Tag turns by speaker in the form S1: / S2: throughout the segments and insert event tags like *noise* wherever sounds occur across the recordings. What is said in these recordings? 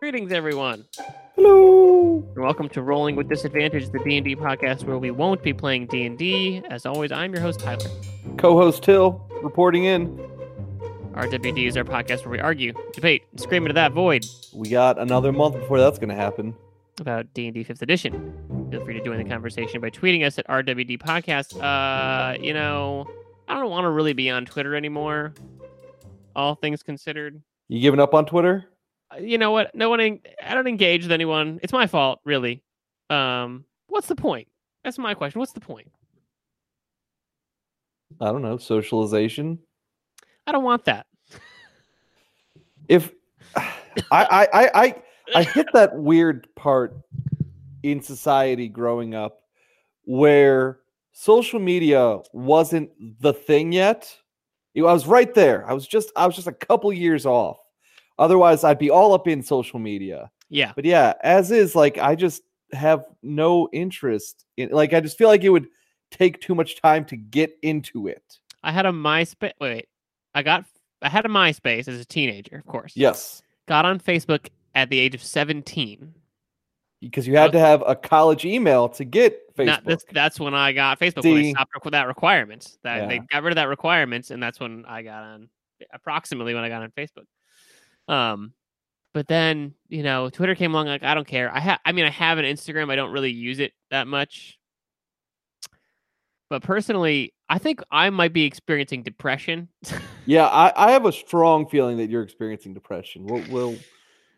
S1: Greetings, everyone,
S2: Hello.
S1: and welcome to Rolling with Disadvantage, the D and D podcast where we won't be playing D and D. As always, I'm your host Tyler.
S2: Co-host Till reporting in.
S1: RWD is our podcast where we argue, debate, and scream into that void
S2: We got another month before that's going to happen.
S1: about D and D Fifth Edition. Feel free to join the conversation by tweeting us at RWD Podcast. Uh, you know, I don't want to really be on Twitter anymore. All things considered,
S2: You giving up on Twitter?
S1: Uh, you know what? No one. en- I don't engage with anyone. It's my fault, really. Um, what's the point? That's my question. What's the point?
S2: I don't know. Socialization.
S1: I don't want that.
S2: If *sighs* I I I I, I hit that weird part in society growing up where social media wasn't the thing yet. You know, I was right there. I was just I was just a couple years off. Otherwise, I'd be all up in social media.
S1: Yeah.
S2: But yeah, as is, like I just have no interest in like I just feel like it would take too much time to get into it.
S1: I had a MySpace. Wait, I got I had a MySpace as a teenager, of course.
S2: Yes.
S1: Got on Facebook at the age of seventeen.
S2: Because you had to have a college email to get Facebook.
S1: Not, that's, that's when I got Facebook. When they
S2: See?
S1: stopped with that requirements, that they
S2: Yeah.
S1: got rid of that requirements, and that's when I got on. Approximately when I got on Facebook. Um, but then you know, Twitter came along. Like I don't care. I have. I mean, I have an Instagram. I don't really use it that much. But personally, I think I might be experiencing depression. *laughs*
S2: yeah, I, I have a strong feeling that you're experiencing depression. We'll we'll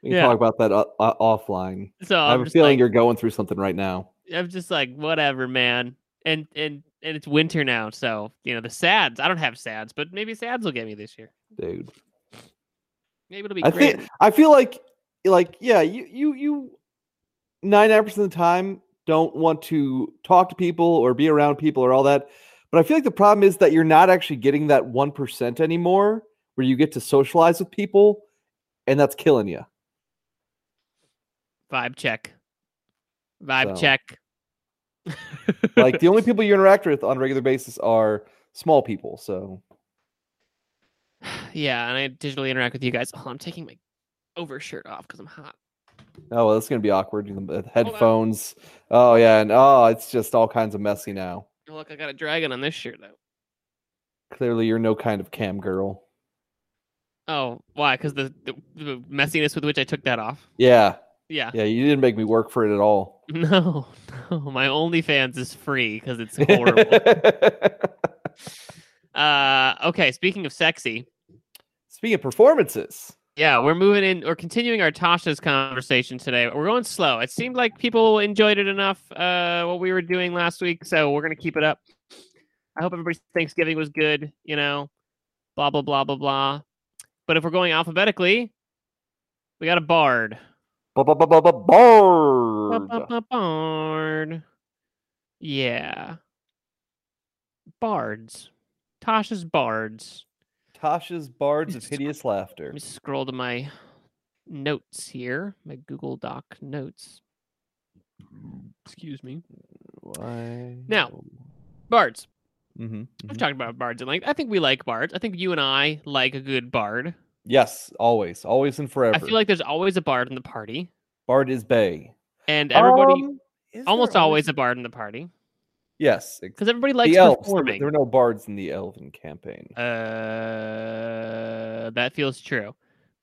S2: we can
S1: Yeah.
S2: talk about that o- o- offline.
S1: so
S2: I
S1: I'm
S2: have a
S1: just
S2: feeling
S1: like,
S2: you're going through something right now.
S1: I'm just like whatever, man. And and and it's winter now, so you know the sads. I don't have sads, but maybe sads will get me this year.
S2: Dude.
S1: Maybe it'll be
S2: I
S1: great.
S2: think I feel like like yeah, you you you nine percent of the time don't want to talk to people or be around people or all that. But I feel like the problem is that you're not actually getting that one percent anymore where you get to socialize with people and that's killing you.
S1: Vibe check. Vibe
S2: So.
S1: check.
S2: Like the only people you interact with on a regular basis are small people. So
S1: *laughs* yeah, and I digitally interact with you guys. Oh, I'm taking my overshirt off because I'm hot.
S2: oh well, that's gonna be awkward. you know, the Headphones. Oh yeah, and oh it's just all kinds of messy now.
S1: Oh, Look, I got a dragon on this shirt though.
S2: Clearly you're no kind of cam girl.
S1: Oh, why? Because the, the the messiness with which I took that off.
S2: Yeah.
S1: Yeah.
S2: Yeah, you didn't make me work for it at all.
S1: *laughs* No, *laughs* no. My OnlyFans is free because
S2: *laughs*
S1: it's horrible. uh, okay. Speaking of sexy,
S2: Speaking of performances,
S1: Yeah, we're moving in. We're continuing our Tasha's conversation today. We're going slow. It seemed like people enjoyed it enough, uh, what we were doing last week, so we're gonna keep it up. I hope everybody's Thanksgiving was good. You know, blah blah blah blah blah. But if we're going alphabetically, we got a bard. Ba-
S2: Bard.
S1: ba- ba- Bard. Yeah. Bards. Tasha's bards.
S2: Tasha's Bards of
S1: Just-
S2: Hideous Laughter.
S1: Let me scroll to my notes here, my Google Doc notes. Excuse me.
S2: Why?
S1: Now, Bards.
S2: hmm
S1: We've talked about bards in length. I think we like bards. I think you and I like a good bard.
S2: Yes, always, always and forever.
S1: I feel like there's always a bard in the party,
S2: Bard is Bay.
S1: and everybody,
S2: Um, is there
S1: almost always a bard in the party,
S2: Yes, ex-
S1: because everybody likes
S2: the elves. There, were-
S1: performing.
S2: there were no bards in the Elven campaign.
S1: Uh, that feels true.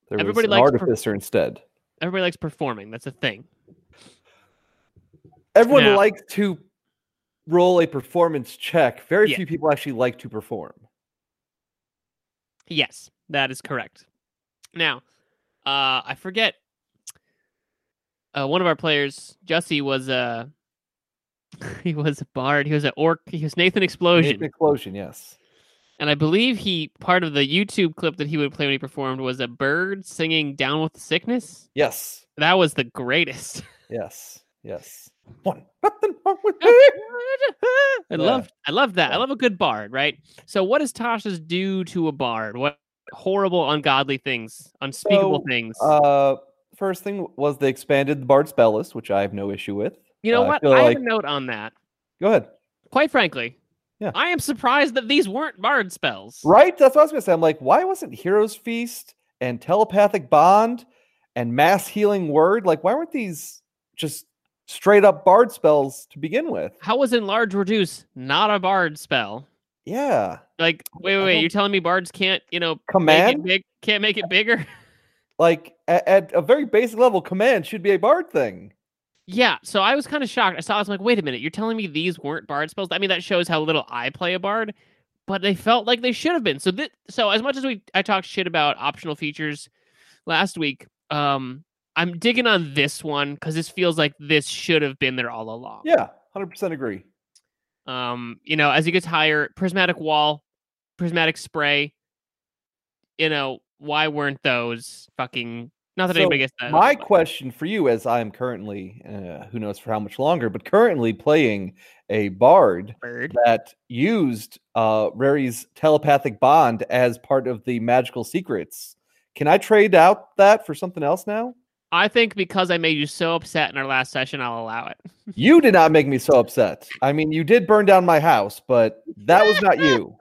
S2: There
S1: everybody
S2: was an
S1: likes per-
S2: artificer instead.
S1: Everybody likes performing. That's a thing.
S2: Everyone
S1: Now-
S2: likes to roll a performance check. Very
S1: Yeah.
S2: few people actually like to perform.
S1: Yes, that is correct. Now, uh, I forget. Uh, one of our players, Jussie, was a *laughs* he was a bard. He was an orc. He was Nathan Explosion,
S2: Nathan Explosion, yes.
S1: and I believe he part of the YouTube clip that he would play when he performed was a bird singing "Down with the Sickness."
S2: Yes.
S1: That was the greatest. *laughs*
S2: Yes. Yes. One. Nothing wrong with
S1: I
S2: it. Yeah.
S1: love I love that. I
S2: Yeah.
S1: love a good bard, right? So, what does Tasha's do to a bard? What horrible, ungodly things, unspeakable
S2: So,
S1: things?
S2: Uh, first thing was they expanded the Bard spell list, which I have no issue with.
S1: You know
S2: Uh, I
S1: what? I
S2: feel
S1: have
S2: like-
S1: a note on that.
S2: Go ahead.
S1: Quite frankly,
S2: Yeah.
S1: I am surprised that these weren't bard spells.
S2: Right? That's what I was gonna say. I'm like, why wasn't Heroes Feast and Telepathic Bond and mass healing word. Like, why weren't these just straight up bard spells to begin with?
S1: How was enlarge reduce not a bard spell?
S2: Yeah.
S1: Like, wait, wait,
S2: I
S1: wait.
S2: don't-
S1: You're telling me bards can't, you know,
S2: Oh,
S1: make it
S2: Command?
S1: big, can't make it bigger? *laughs*
S2: Like at, at a very basic level, command should be a bard thing.
S1: Yeah, so I was kind of shocked. I saw this. I'm like, wait a minute, you're telling me these weren't bard spells? I mean, that shows how little I play a bard, but they felt like they should have been. So that so as much as we I talked shit about optional features last week, um, I'm digging on this one because this feels like this should have been there all along.
S2: Yeah, hundred percent agree.
S1: Um, you know, as he gets higher, prismatic wall, prismatic spray. You know, why weren't those fucking? Not that
S2: So
S1: anybody gets that.
S2: My question for you, as I am currently, uh, who knows for how much longer, but currently playing a bard
S1: bird.
S2: that used uh, Rari's telepathic bond as part of the magical secrets. Can I trade out that for something else now?
S1: I think because I made you so upset in our last session, I'll allow it.
S2: You did not make me so upset. I mean, you did burn down my house, but that was not you.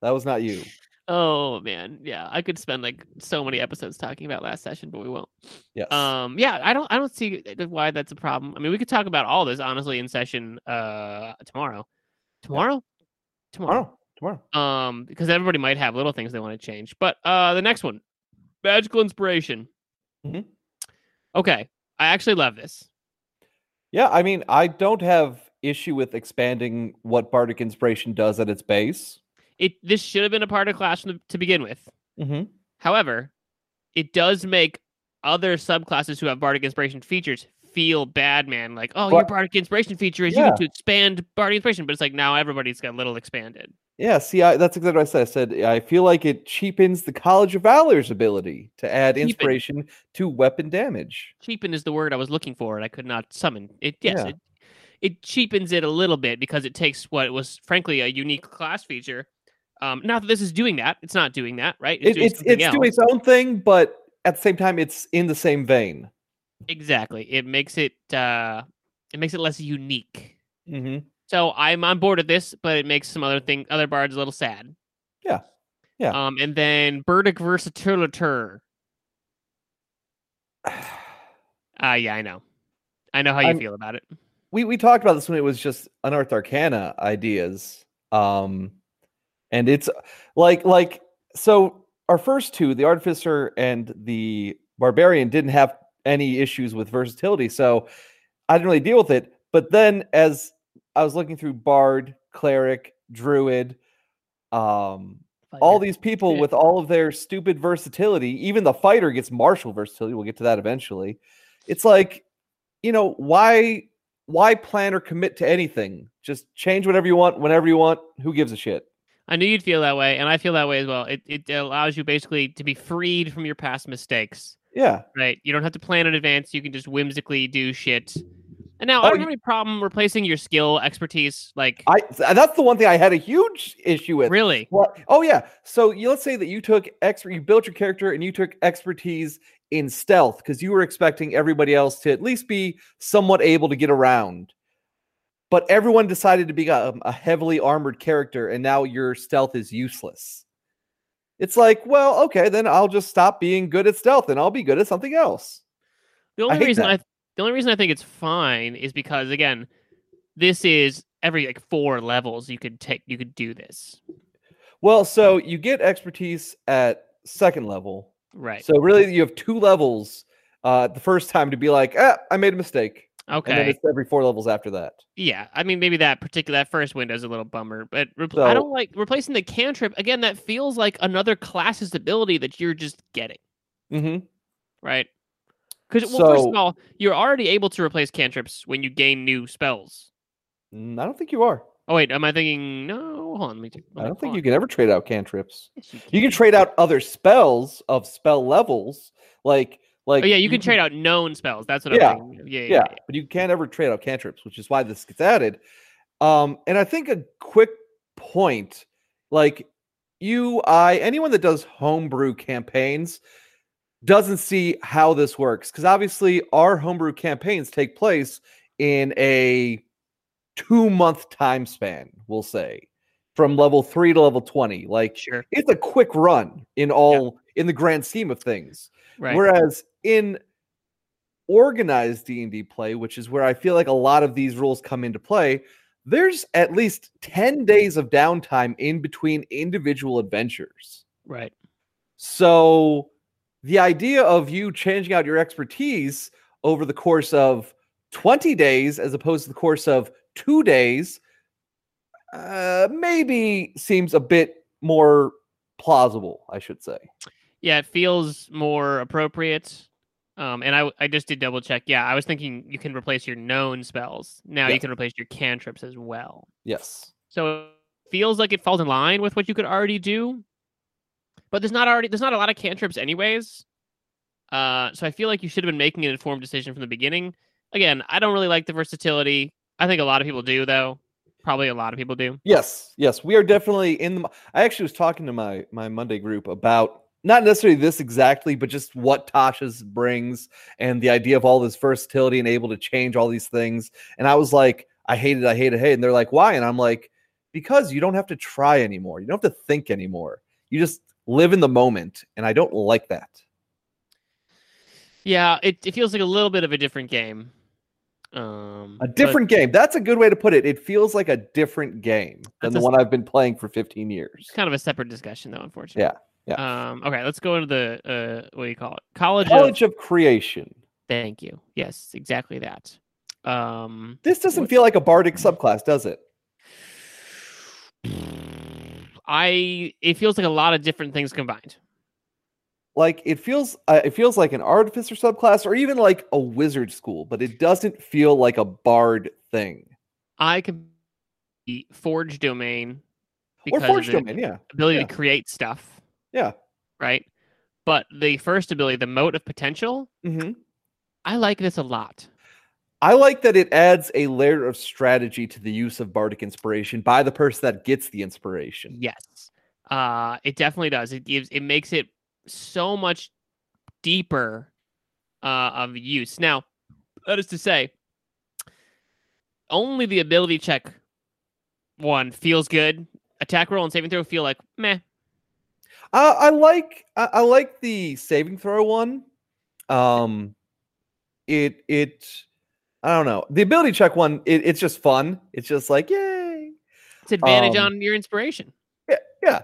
S2: That was not you.
S1: Oh man, yeah, I could spend like so many episodes talking about last session, but we won't.
S2: Yes.
S1: Um, yeah, I don't, I don't see th- why that's a problem. I mean, we could talk about all this honestly in session uh tomorrow, tomorrow, tomorrow.
S2: tomorrow. Tomorrow.
S1: Um, because everybody might have little things they want to change. But uh, the next one, magical inspiration.
S2: Mhm.
S1: Okay, I actually love this.
S2: Yeah, I mean, I don't have issue with expanding what Bardic Inspiration does at its base.
S1: It this should have been a part of class from the, to begin with.
S2: Mm-hmm.
S1: However, it does make other subclasses who have bardic inspiration features feel bad, man. Like, oh, your
S2: But-
S1: bardic inspiration feature is you get to expand bardic inspiration, but it's like now everybody's got little expanded.
S2: Yeah, see, I, that's exactly what I said. I said I feel like it cheapens the College of Valor's ability to add
S1: Cheapen.
S2: inspiration to weapon damage.
S1: Cheapen is the word I was looking for, and I could not summon it. Yes,
S2: Yeah.
S1: it, it cheapens it a little bit because it takes what was frankly a unique class feature. Um, not that this is doing that; it's not doing that, right?
S2: It,
S1: doing
S2: it's
S1: something
S2: it's doing its own thing, but at the same time, it's in the same vein.
S1: exactly. It makes it uh, it makes it less unique.
S2: *sighs* Mm-hmm.
S1: So I'm on board with this, but it makes some other thing other bards a little sad.
S2: Yeah. Yeah.
S1: Um, and then Burdick Versatilitur. Ah, yeah, I know. I know how you
S2: I'm-
S1: feel about it.
S2: we we talked about this when it was just unearthed arcana ideas um and it's like like so our first two the artificer and the barbarian didn't have any issues with versatility so i didn't really deal with it but then as i was looking through bard cleric druid um all these people
S1: Yeah.
S2: with all of their stupid versatility. Even the fighter gets martial versatility. We'll get to that eventually. It's like, you know, why why plan or commit to anything? Just change whatever you want, whenever you want. Who gives a shit?
S1: I knew you'd feel that way, and I feel that way as well. It it allows you basically to be freed from your past mistakes.
S2: Yeah.
S1: Right? You don't have to plan in advance. You can just whimsically do shit. And now
S2: Oh,
S1: I don't
S2: y-
S1: have any problem replacing your skill expertise. Like
S2: I that's the one thing I had a huge issue with.
S1: really,
S2: What? Oh yeah. So you, let's say that you took expert, you built your character, and you took expertise in stealth because you were expecting everybody else to at least be somewhat able to get around. But everyone decided to become a heavily armored character, and now your stealth is useless. It's like, well, okay, then I'll just stop being good at stealth, and I'll be good at something else.
S1: The only
S2: hate
S1: reason
S2: that.
S1: I the only reason I think it's fine is because again, this is every like four levels you could take you could do this.
S2: Well, so you get expertise at second level,
S1: Right.
S2: so really you have two levels. Uh, the first time to be like, ah, I made a mistake. and then
S1: okay.
S2: it's every four levels after that.
S1: Yeah. I mean maybe that particular that first window is a little bummer, but repl- I
S2: So-
S1: don't like replacing the cantrip again that feels like another class's ability that you're just getting,
S2: Mm-hmm.
S1: right? Cuz well first of
S2: So-
S1: all, you're already able to replace cantrips when you gain new spells.
S2: Mm, I don't think you are.
S1: Oh wait, am I thinking no, hold on, let me take-
S2: I
S1: let me
S2: don't think
S1: pause.
S2: you can ever trade out cantrips.
S1: Yes,
S2: You can trade out other spells of spell levels, like like.
S1: Oh yeah, you can trade out known spells. That's what
S2: Yeah,
S1: I'm thinking. Yeah, yeah,
S2: Yeah, but you can't ever trade out cantrips, which is why this gets added. Um, and I think a quick point, like you, I, anyone that does homebrew campaigns doesn't see how this works because obviously our homebrew campaigns take place in a two month time span, we'll say, from level three to level 20. Like
S1: Sure.
S2: it's a quick run in all in the grand scheme of things.
S1: Right.
S2: Whereas in organized D&D play, which is where I feel like a lot of these rules come into play, there's at least 10 days of downtime in between individual adventures.
S1: right.
S2: So the idea of you changing out your expertise over the course of 20 days as opposed to the course of 2 days uh maybe seems a bit more plausible, I should say.
S1: Yeah, it feels more appropriate. Um, and I, I just did double check. Yeah, I was thinking you can replace your known spells. Now
S2: Yeah.
S1: you can replace your cantrips as well.
S2: Yes.
S1: So it feels like it falls in line with what you could already do. But there's not already there's not a lot of cantrips anyways. Uh, so I feel like you should have been making an informed decision from the beginning. Again, I don't really like the versatility. I think a lot of people do though. Probably a lot of people do.
S2: Yes, yes, we are definitely in the. mo- I actually was talking to my my Monday group about not necessarily this exactly, but just what Tasha's brings and the idea of all this versatility and able to change all these things. And I was like, I hate it, I hate it, I hate. it. And they're like, why? And I'm like, because you don't have to try anymore. You don't have to think anymore. You just live in the moment, and I don't like that.
S1: Yeah, it, it feels like a little bit of a different game. Um
S2: A
S1: but-
S2: different game. That's a good way to put it. It feels like a different game than
S1: That's
S2: the
S1: a-
S2: one I've been playing for 15 years.
S1: It's kind of a separate discussion, though, unfortunately.
S2: Yeah,
S1: Um, okay, let's go into the uh, what do you call it? College. Of,
S2: College of Creation.
S1: thank you. Yes, exactly that. Um,
S2: This doesn't
S1: What-
S2: feel like a bardic subclass, does it?
S1: I it feels like a lot of different things combined.
S2: Like it feels, uh, it feels like an artificer subclass, or even like a wizard school, but it doesn't feel like a bard thing
S1: I can be forge domain
S2: or
S1: because of
S2: forge
S1: the
S2: domain. Yeah,
S1: ability
S2: yeah.
S1: to create stuff.
S2: Yeah.
S1: Right. But the first ability, the mote of potential,
S2: Mhm.
S1: I like this a lot.
S2: I like that it adds a layer of strategy to the use of bardic inspiration by the person that gets the inspiration.
S1: Yes. Uh it definitely does. It gives it makes it so much deeper uh of use. Now, that is to say, only the ability check one feels good. Attack roll and saving throw feel like meh.
S2: I, I like, I, I like the saving throw one. Um, it, it, I don't know. The ability check one, it, it's just fun. It's just like yay.
S1: It's advantage
S2: Um,
S1: on your inspiration.
S2: Yeah.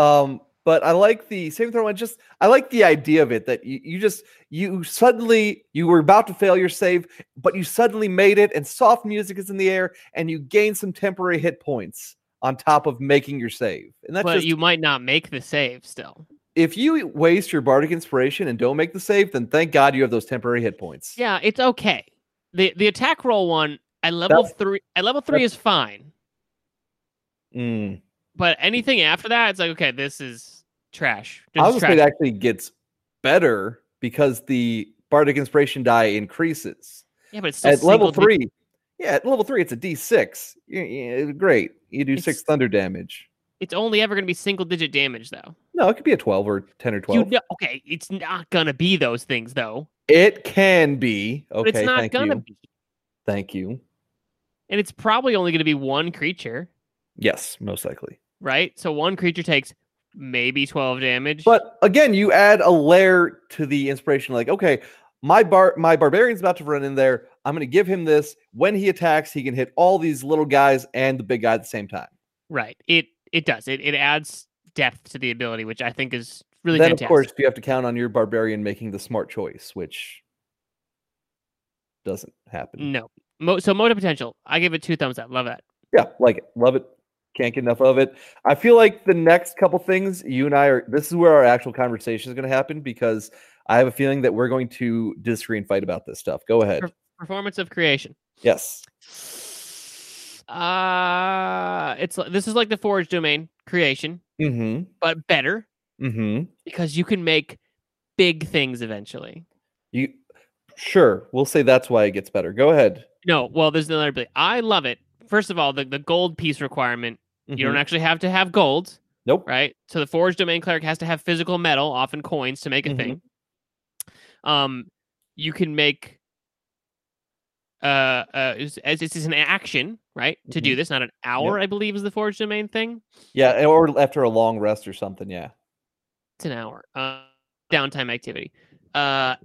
S2: Um, but I like the saving throw one. Just I like the idea of it that you, you just you suddenly you were about to fail your save, but you suddenly made it, and soft music is in the air, and you gain some temporary hit points on top of making your save. And that's
S1: But
S2: just
S1: you might not make the save still.
S2: if you waste your bardic inspiration and don't make the save, then thank God you have those temporary hit points.
S1: Yeah, it's okay. The the attack roll one at level
S2: That's-
S1: three at level three is fine.
S2: Mm.
S1: but anything after that, it's like okay, this is trash. This
S2: I
S1: is
S2: was gonna say it
S1: trash.
S2: actually gets better because the bardic inspiration die increases.
S1: yeah, but it's still
S2: at level
S1: single di-
S2: three. Yeah, at level three, it's a D6. Y- y- Great. You do six
S1: It's-
S2: thunder damage.
S1: it's only ever going to be single digit damage though.
S2: No, it could be a 12 or 10 or 12.
S1: You know, okay, it's not gonna be those things though.
S2: it can be. Okay,
S1: But it's not
S2: thank
S1: gonna
S2: you.
S1: be,
S2: Thank you.
S1: and it's probably only gonna be one creature,
S2: Yes, most likely.
S1: right? So one creature takes maybe twelve damage.
S2: But again, you add a layer to the inspiration. Like, okay, my bar, my barbarian's about to run in there. I'm going to give him this. When he attacks, he can hit all these little guys and the big guy at the same time.
S1: right, it it does it it adds depth to the ability, which I think is really
S2: then,
S1: fantastic.
S2: of course, you have to count on your barbarian making the smart choice, which doesn't happen.
S1: no. Mo- so motive potential, I give it two thumbs up. Love that.
S2: yeah, like it, love it. Can't get enough of it. I feel like the next couple things you and I are. This is where our actual conversation is going to happen because I have a feeling that we're going to disagree and fight about this stuff. Go ahead.
S1: Sure. Performance of creation.
S2: Yes.
S1: Uh it's li- this is like the forge domain creation,
S2: Mm-hmm.
S1: but better
S2: Mm-hmm.
S1: because you can make big things eventually.
S2: You sure? We'll say that's why it gets better. Go ahead.
S1: No, well, there's another ability. I love it. First of all, the, the gold piece requirement, you don't
S2: Mhm.
S1: actually have to have gold,
S2: Nope.
S1: right? So the forge domain cleric has to have physical metal, often coins, to make a
S2: Mhm.
S1: thing. Um you can make uh uh it's- as this is an action, right? To do this, not an hour, I believe is the forge domain thing.
S2: Yeah, or after a long rest or something. Yeah.
S1: it's an hour uh, downtime activity Uh,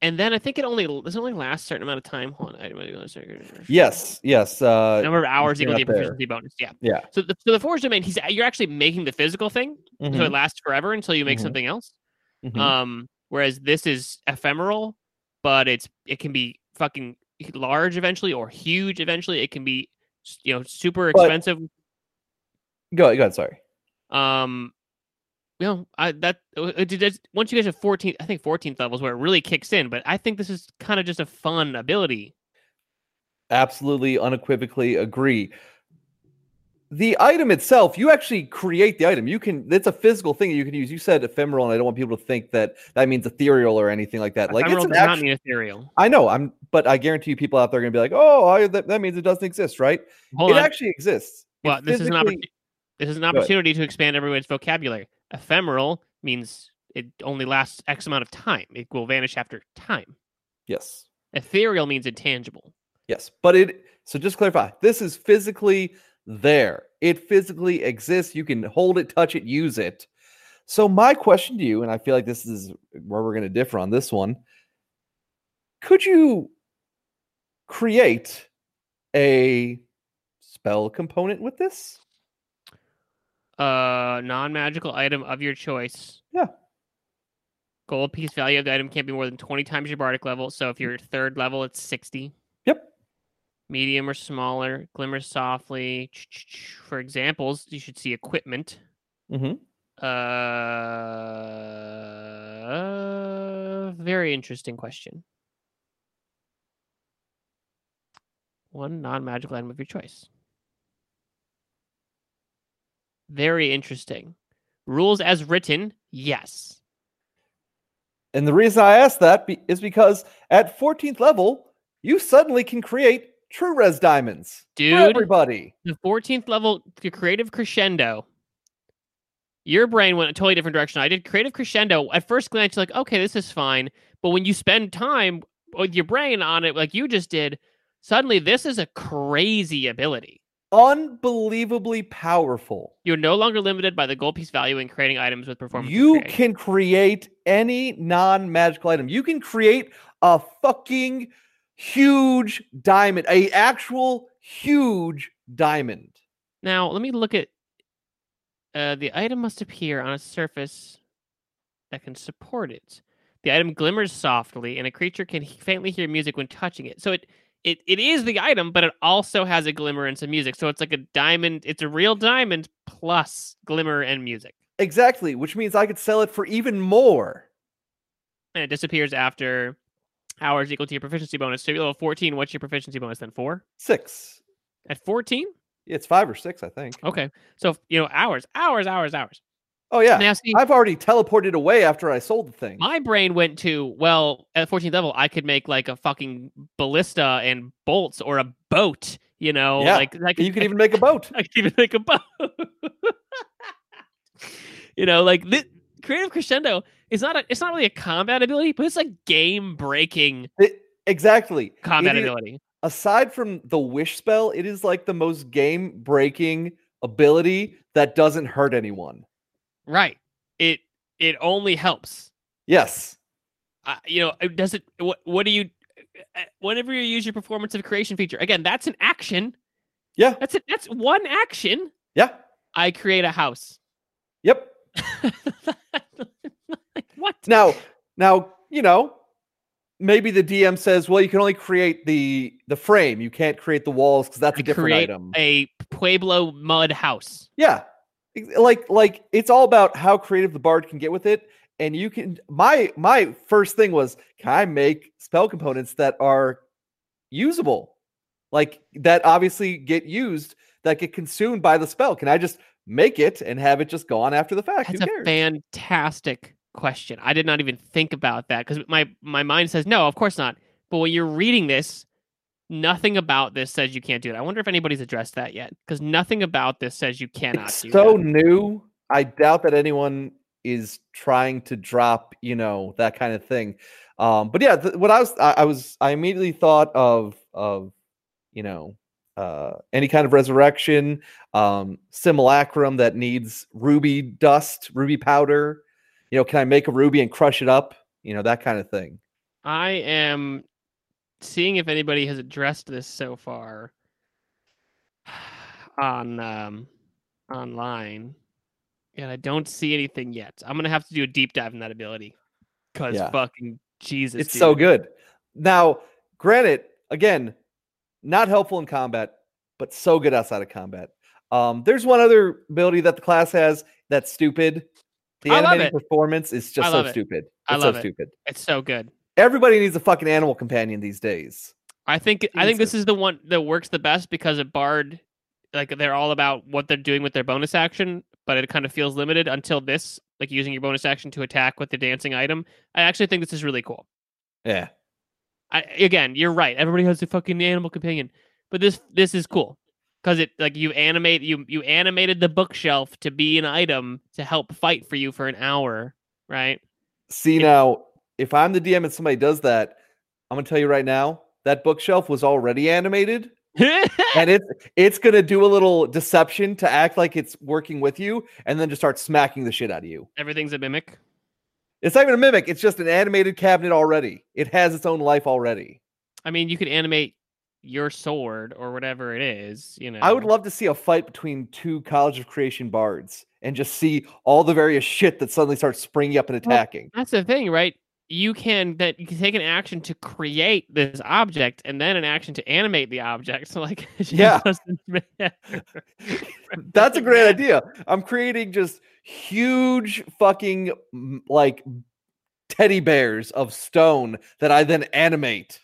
S1: and then I think it only this only lasts a certain amount of time. Hold on, I
S2: Yes, yes. Uh,
S1: number of hours
S2: you're
S1: equal the
S2: up there.
S1: proficiency bonus. Yeah,
S2: Yeah.
S1: So the so the forge domain, he's you're actually making the physical thing, so
S2: mhm,
S1: it lasts forever until you make
S2: Mhm.
S1: something else.
S2: mhm.
S1: Um, whereas this is ephemeral, but it's it can be fucking large eventually or huge eventually. It can be s- you know super
S2: But-
S1: expensive.
S2: go, go ahead. Sorry.
S1: Um, you know, I that uh, it did- that's- once you guys have 14, I think 14th levels where it really kicks in, but I think this is kind of just a fun ability.
S2: Absolutely, unequivocally agree. The item itself, you actually create the item. You can. It's a physical thing that you can use. You said ephemeral, and I don't want people to think that that means ethereal or anything like that. Like it's
S1: Ephemeral
S2: an
S1: does
S2: actual,
S1: not mean ethereal.
S2: I know. I'm, but I guarantee you, people out there are going to be like, "Oh, I, that, that means it doesn't exist, right?"
S1: Hold
S2: it
S1: on.
S2: actually exists. It
S1: well, this is an
S2: physically-
S1: opportunity. This is an
S2: ahead.
S1: opportunity to expand everyone's vocabulary. Ephemeral means it only lasts X amount of time. It will vanish after time.
S2: Yes.
S1: Ethereal means intangible.
S2: Yes, but it so just clarify. This is physically there. It physically exists. You can hold it, touch it, use it. So my question to you, and I feel like this is where we're going to differ on this one. Could you create a spell component with this?
S1: Uh, non-magical item of your choice.
S2: Yeah.
S1: Gold piece value of the item can't be more than twenty times your bardic level. So if you're third level, it's sixty.
S2: Yep.
S1: Medium or smaller, glimmers softly. For examples, you should see equipment.
S2: Mhm.
S1: Uh, very interesting question. One non-magical item of your choice. Very interesting. Rules as written, yes.
S2: And the reason I ask that be, is because at 14th level, you suddenly can create true res diamonds for
S1: Dude,
S2: everybody.
S1: the 14th level the creative crescendo your brain went a totally different direction i did creative crescendo at first glance you're like okay this is fine but when you spend time with your brain on it like you just did suddenly this is a crazy ability
S2: Unbelievably powerful.
S1: you're no longer limited by the gold piece value in creating items with performance
S2: You
S1: and creativity.
S2: can create any non-magical item. You can create a fucking huge diamond, a actual huge diamond.
S1: now let me look at uh, the item must appear on a surface that can support it. The item glimmers softly, and a creature can he- faintly hear music when touching it. So it, it it is the item, but it also has a glimmer and some music. So it's like a diamond. It's a real diamond plus glimmer and music,
S2: Exactly, which means I could sell it for even more.
S1: and it disappears after hours equal to your proficiency bonus. So you're level fourteen. What's your proficiency bonus then? Four
S2: Six.
S1: at fourteen.
S2: It's five or six, I think.
S1: Okay, so you know hours, hours, hours, hours.
S2: Oh yeah.
S1: Now see,
S2: I've already teleported away after I sold the thing.
S1: my brain went to well at 14th level i could make like a fucking ballista and bolts or a boat you know
S2: Yeah,
S1: like I
S2: You could even make a boat.
S1: *laughs* I could even make a boat *laughs* you know like this creative crescendo is not a, it's not really a combat ability but it's a game breaking
S2: It- exactly.
S1: combat
S2: It is-
S1: ability
S2: aside from the wish spell, it is like the most game breaking ability that doesn't hurt anyone.
S1: right it it only helps
S2: Yes.
S1: I you know it does it what, what do you uh, whenever you use your performance of creation feature again that's an action
S2: Yeah.
S1: that's it that's one action
S2: Yeah.
S1: I create a house.
S2: Yep.
S1: what?
S2: Now, now, you know, maybe the DM says, well, you can only create the the frame. You can't create the walls because that's
S1: I
S2: a different
S1: create
S2: item.
S1: A Pueblo mud house.
S2: yeah. Ex- Like like it's all about how creative the bard can get with it. And you can my my first thing was can I make spell components that are usable? Like that obviously get used, that get consumed by the spell. Can I just make it and have it just gone after the fact?
S1: That's
S2: Who
S1: a
S2: cares?
S1: fantastic question. I did not even think about that because my my mind says no, of course not. But when you're reading this, nothing about this says you can't do it. I wonder if anybody's addressed that yet because nothing about this says you cannot
S2: it's
S1: do
S2: so
S1: that.
S2: new. I doubt that anyone is trying to drop, you know, that kind of thing. Um, but yeah, th- what I was, I, I was, I immediately thought of, of, you know, uh, any kind of resurrection, um, simulacrum that needs ruby dust, ruby powder. You know, can I make a ruby and crush it up? you know that kind of thing.
S1: I am seeing if anybody has addressed this so far *sighs* on um, online, and I don't see anything yet. I'm gonna have to do a deep dive in that ability because
S2: Yeah.
S1: fucking Jesus,
S2: it's so
S1: dude.
S2: good. Now, granted, again, not helpful in combat, but so good outside of combat. Um, there's one other ability that the class has that's stupid. The
S1: I love
S2: animated
S1: it.
S2: performance is
S1: I
S2: just so
S1: love it.
S2: stupid. It's
S1: I love
S2: so
S1: it.
S2: stupid.
S1: It's so good.
S2: Everybody needs a fucking animal companion these days.
S1: I think I think this is the one that works the best because it barred like they're all about what they're doing with their bonus action, but it kind of feels limited until this, like using your bonus action to attack with the dancing item. I actually think this is really cool.
S2: Yeah.
S1: I, again, you're right. Everybody has a fucking animal companion, but this this is cool because it like you animate you you animated the bookshelf to be an item to help fight for you for an hour, right? *laughs*
S2: See now, if I'm the DM and somebody does that, I'm gonna tell you right now that bookshelf was already animated. and it's it's gonna do a little deception to act like it's working with you and then just start smacking the shit out of you.
S1: Everything's a mimic.
S2: It's not even a mimic, it's just an animated cabinet already. It has its own life already.
S1: I mean, you could animate your sword or whatever it is. You know,
S2: I would love to see a fight between two College of Creation bards and just see all the various shit that suddenly starts springing up and attacking.
S1: That's the thing, right? You can that you can take an action to create this object and then an action to animate the object. *laughs* So like, it just
S2: Yeah.
S1: doesn't *laughs* matter.
S2: That's a great idea. I'm creating just huge fucking m- like teddy bears of stone that I then animate.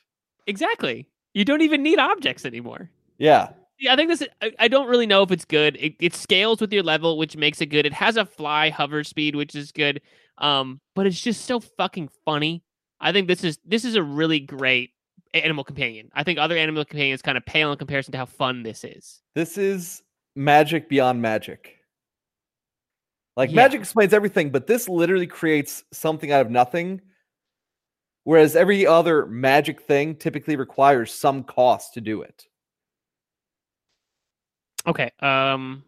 S1: Exactly. You don't even need objects anymore.
S2: Yeah.
S1: Yeah, I think this. Is, I, I don't really know if it's good. It, it scales with your level, which makes it good. It has a fly hover speed, which is good. Um, but it's just so fucking funny. I think this is this is a really great animal companion. I think other animal companions kind of pale in comparison to how fun this is.
S2: This is magic beyond magic. Like
S1: Yeah.
S2: magic explains everything, but this literally creates something out of nothing. Whereas every other magic thing typically requires some cost to do it.
S1: Okay. Um,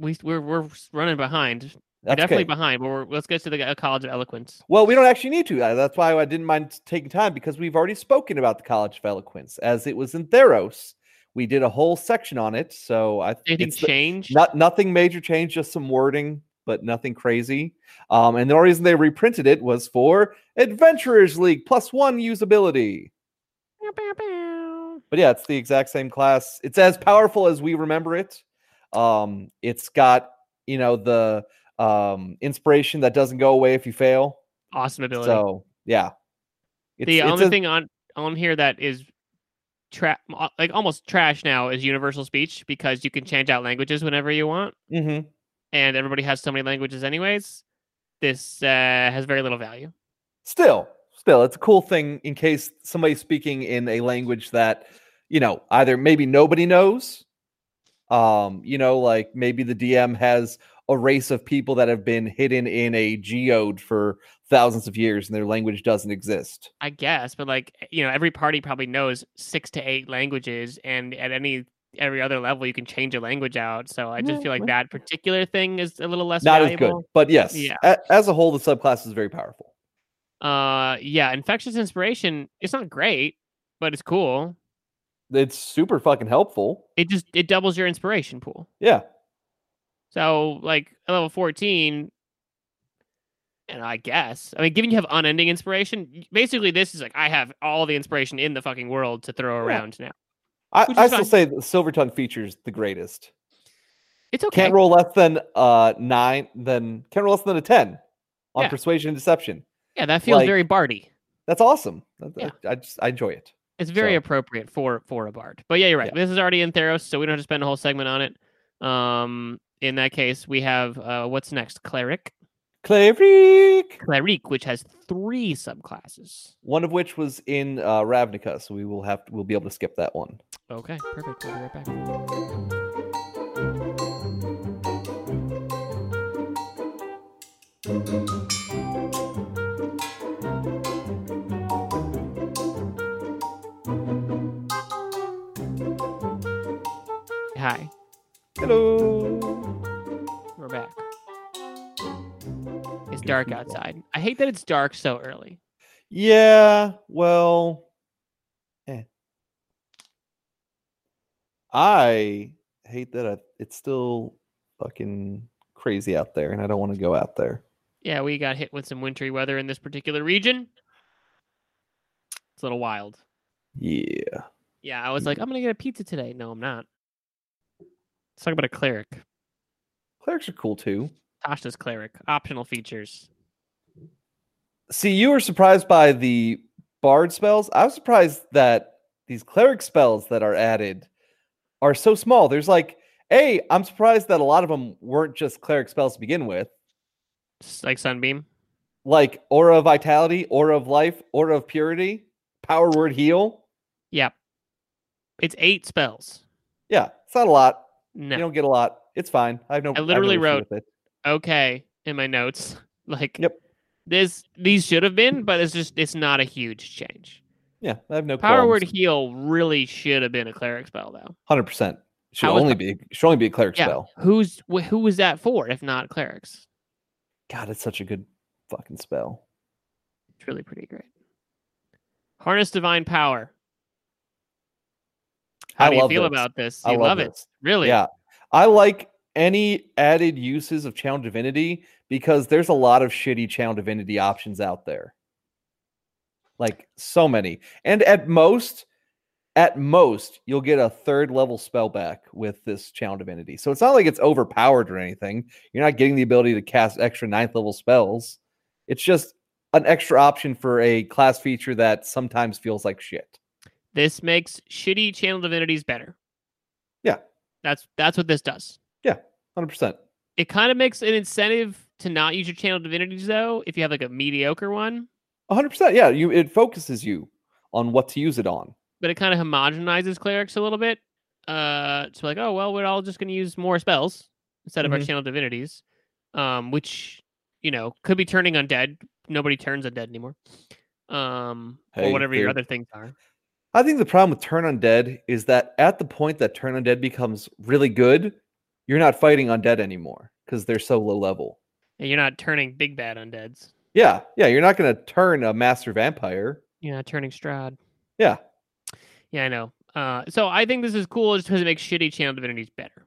S1: we we're we're running behind. We're
S2: That's
S1: definitely
S2: okay.
S1: behind. But we're, let's get to the uh, College of Eloquence.
S2: Well, we don't actually need to. Uh, That's why I didn't mind taking time because we've already spoken about the College of Eloquence as it was in Theros. We did a whole section on it, so I think
S1: Anything
S2: it's the-
S1: change?
S2: not nothing major change, just some wording, but nothing crazy. Um, and the only reason they reprinted it was for Adventurers League plus one usability. But yeah, it's the exact same class. It's as powerful as we remember it. Um, it's got you know the um, inspiration that doesn't go away if you fail.
S1: Awesome ability.
S2: So yeah, it's,
S1: the
S2: it's
S1: only
S2: a-
S1: thing on on here that is tra- mo- like almost trash now is universal speech because you can change out languages whenever you want
S2: Mhm.
S1: and everybody has so many languages anyways this uh, has very little value
S2: still, still, it's a cool thing in case somebody's speaking in a language that you know either maybe nobody knows um you know like maybe the dm has a race of people that have been hidden in a geode for thousands of years and their language doesn't exist
S1: i guess but like eh, you know every party probably knows six to eight languages and at any every other level you can change a language out so i just feel like that particular thing is a little less
S2: not as
S1: valuable
S2: good but yes
S1: Yeah.
S2: a- as a whole the subclass is very powerful
S1: uh yeah infectious inspiration it's not great but it's cool
S2: it's super fucking helpful
S1: it just it doubles your inspiration pool
S2: yeah
S1: So like at level fourteen, and I guess I mean, given you have unending inspiration, y- basically this is like I have all the inspiration in the fucking world to throw
S2: Yeah.
S1: around now.
S2: i,
S1: Which
S2: I
S1: is
S2: still
S1: fine.
S2: say the silver tongue features the greatest
S1: It's okay.
S2: can't roll less than uh nine then can't roll less than a 10 on
S1: Yeah.
S2: persuasion and deception
S1: yeah, that feels
S2: like-
S1: very bardy.
S2: that's awesome That-
S1: Yeah.
S2: I, I just i enjoy it
S1: It's very
S2: so-
S1: appropriate for for a bard. But yeah, you're right. This is already in Theros, so we don't have to spend a whole segment on it. Um, in that case, we have uh, what's next, cleric,
S2: Cleric,
S1: cleric, which has three subclasses.
S2: one of which was in uh, Ravnica, so we will have we'll be able to skip that one.
S1: Okay, perfect. We'll be right back. Hi,
S2: Hello.
S1: we're back. It's dark outside. I hate that it's dark so early.
S2: Yeah, well, eh. I hate that I, it's still fucking crazy out there, and I don't want to go out there.
S1: Yeah, we got hit with some wintry weather in this particular region. It's a little wild.
S2: Yeah,
S1: Yeah, I was like, I'm gonna get a pizza today. No, I'm not. Let's talk about a cleric.
S2: clerics are cool too.
S1: Tasha's cleric. Optional features.
S2: See, you were surprised by the bard spells. I was surprised that these cleric spells that are added are so small. There's like, a, I'm surprised that a lot of them weren't just cleric spells to begin with.
S1: S- Like sunbeam.
S2: like aura of vitality, aura of life, aura of purity, power word heal.
S1: Yep. It's eight spells.
S2: Yeah, it's not a lot.
S1: No.
S2: You don't get a lot. It's fine. I have no.
S1: I literally
S2: have no issue
S1: wrote-
S2: with it.
S1: okay in my notes. *laughs* Like
S2: Yep.
S1: This these should have been, but it's just it's not a huge change.
S2: Yeah, I have no.
S1: Power word heal really should have been a cleric spell though.
S2: Hundred percent. Should
S1: How is-
S2: only be should only be a cleric
S1: Yeah.
S2: spell.
S1: Who's wh- who was that for if not clerics?
S2: God, it's such a good fucking spell.
S1: It's really pretty great. Harness divine power. How
S2: I
S1: do you
S2: love
S1: feel
S2: this.
S1: about this?
S2: I
S1: You love, it.
S2: this.
S1: Really?
S2: Yeah, I like any added uses of channel divinity because there's a lot of shitty channel divinity options out there. Like so many. And at most, at most, you'll get a third level spell back with this channel divinity. So it's not like it's overpowered or anything. You're not getting the ability to cast extra ninth level spells. It's just an extra option for a class feature that sometimes feels like shit.
S1: This makes shitty channel divinities better.
S2: Yeah.
S1: That's that's what this does.
S2: 100%.
S1: It kind of makes an incentive to not use your channel divinities though, if you have like a mediocre one,
S2: 100%. Yeah, you it focuses you on what to use it on.
S1: but it kind of homogenizes clerics a little bit. Uh to like, oh well, we're all just gonna use more spells instead of our
S2: Mhm.
S1: channel divinities. Um, which, you know, could be turning undead. Nobody turns undead anymore. Um
S2: Hey,
S1: or whatever your
S2: dude.
S1: other things are.
S2: I think the problem with Turn Undead is that at the point that Turn Undead becomes really good, you're not fighting undead anymore because they're so low level.
S1: And you're not turning big bad undeads.
S2: Yeah, yeah, you're not going to turn a master vampire.
S1: You're not turning Strahd.
S2: Yeah,
S1: Yeah, I know. Uh, so I think this is cool just because it makes shitty channel divinities better.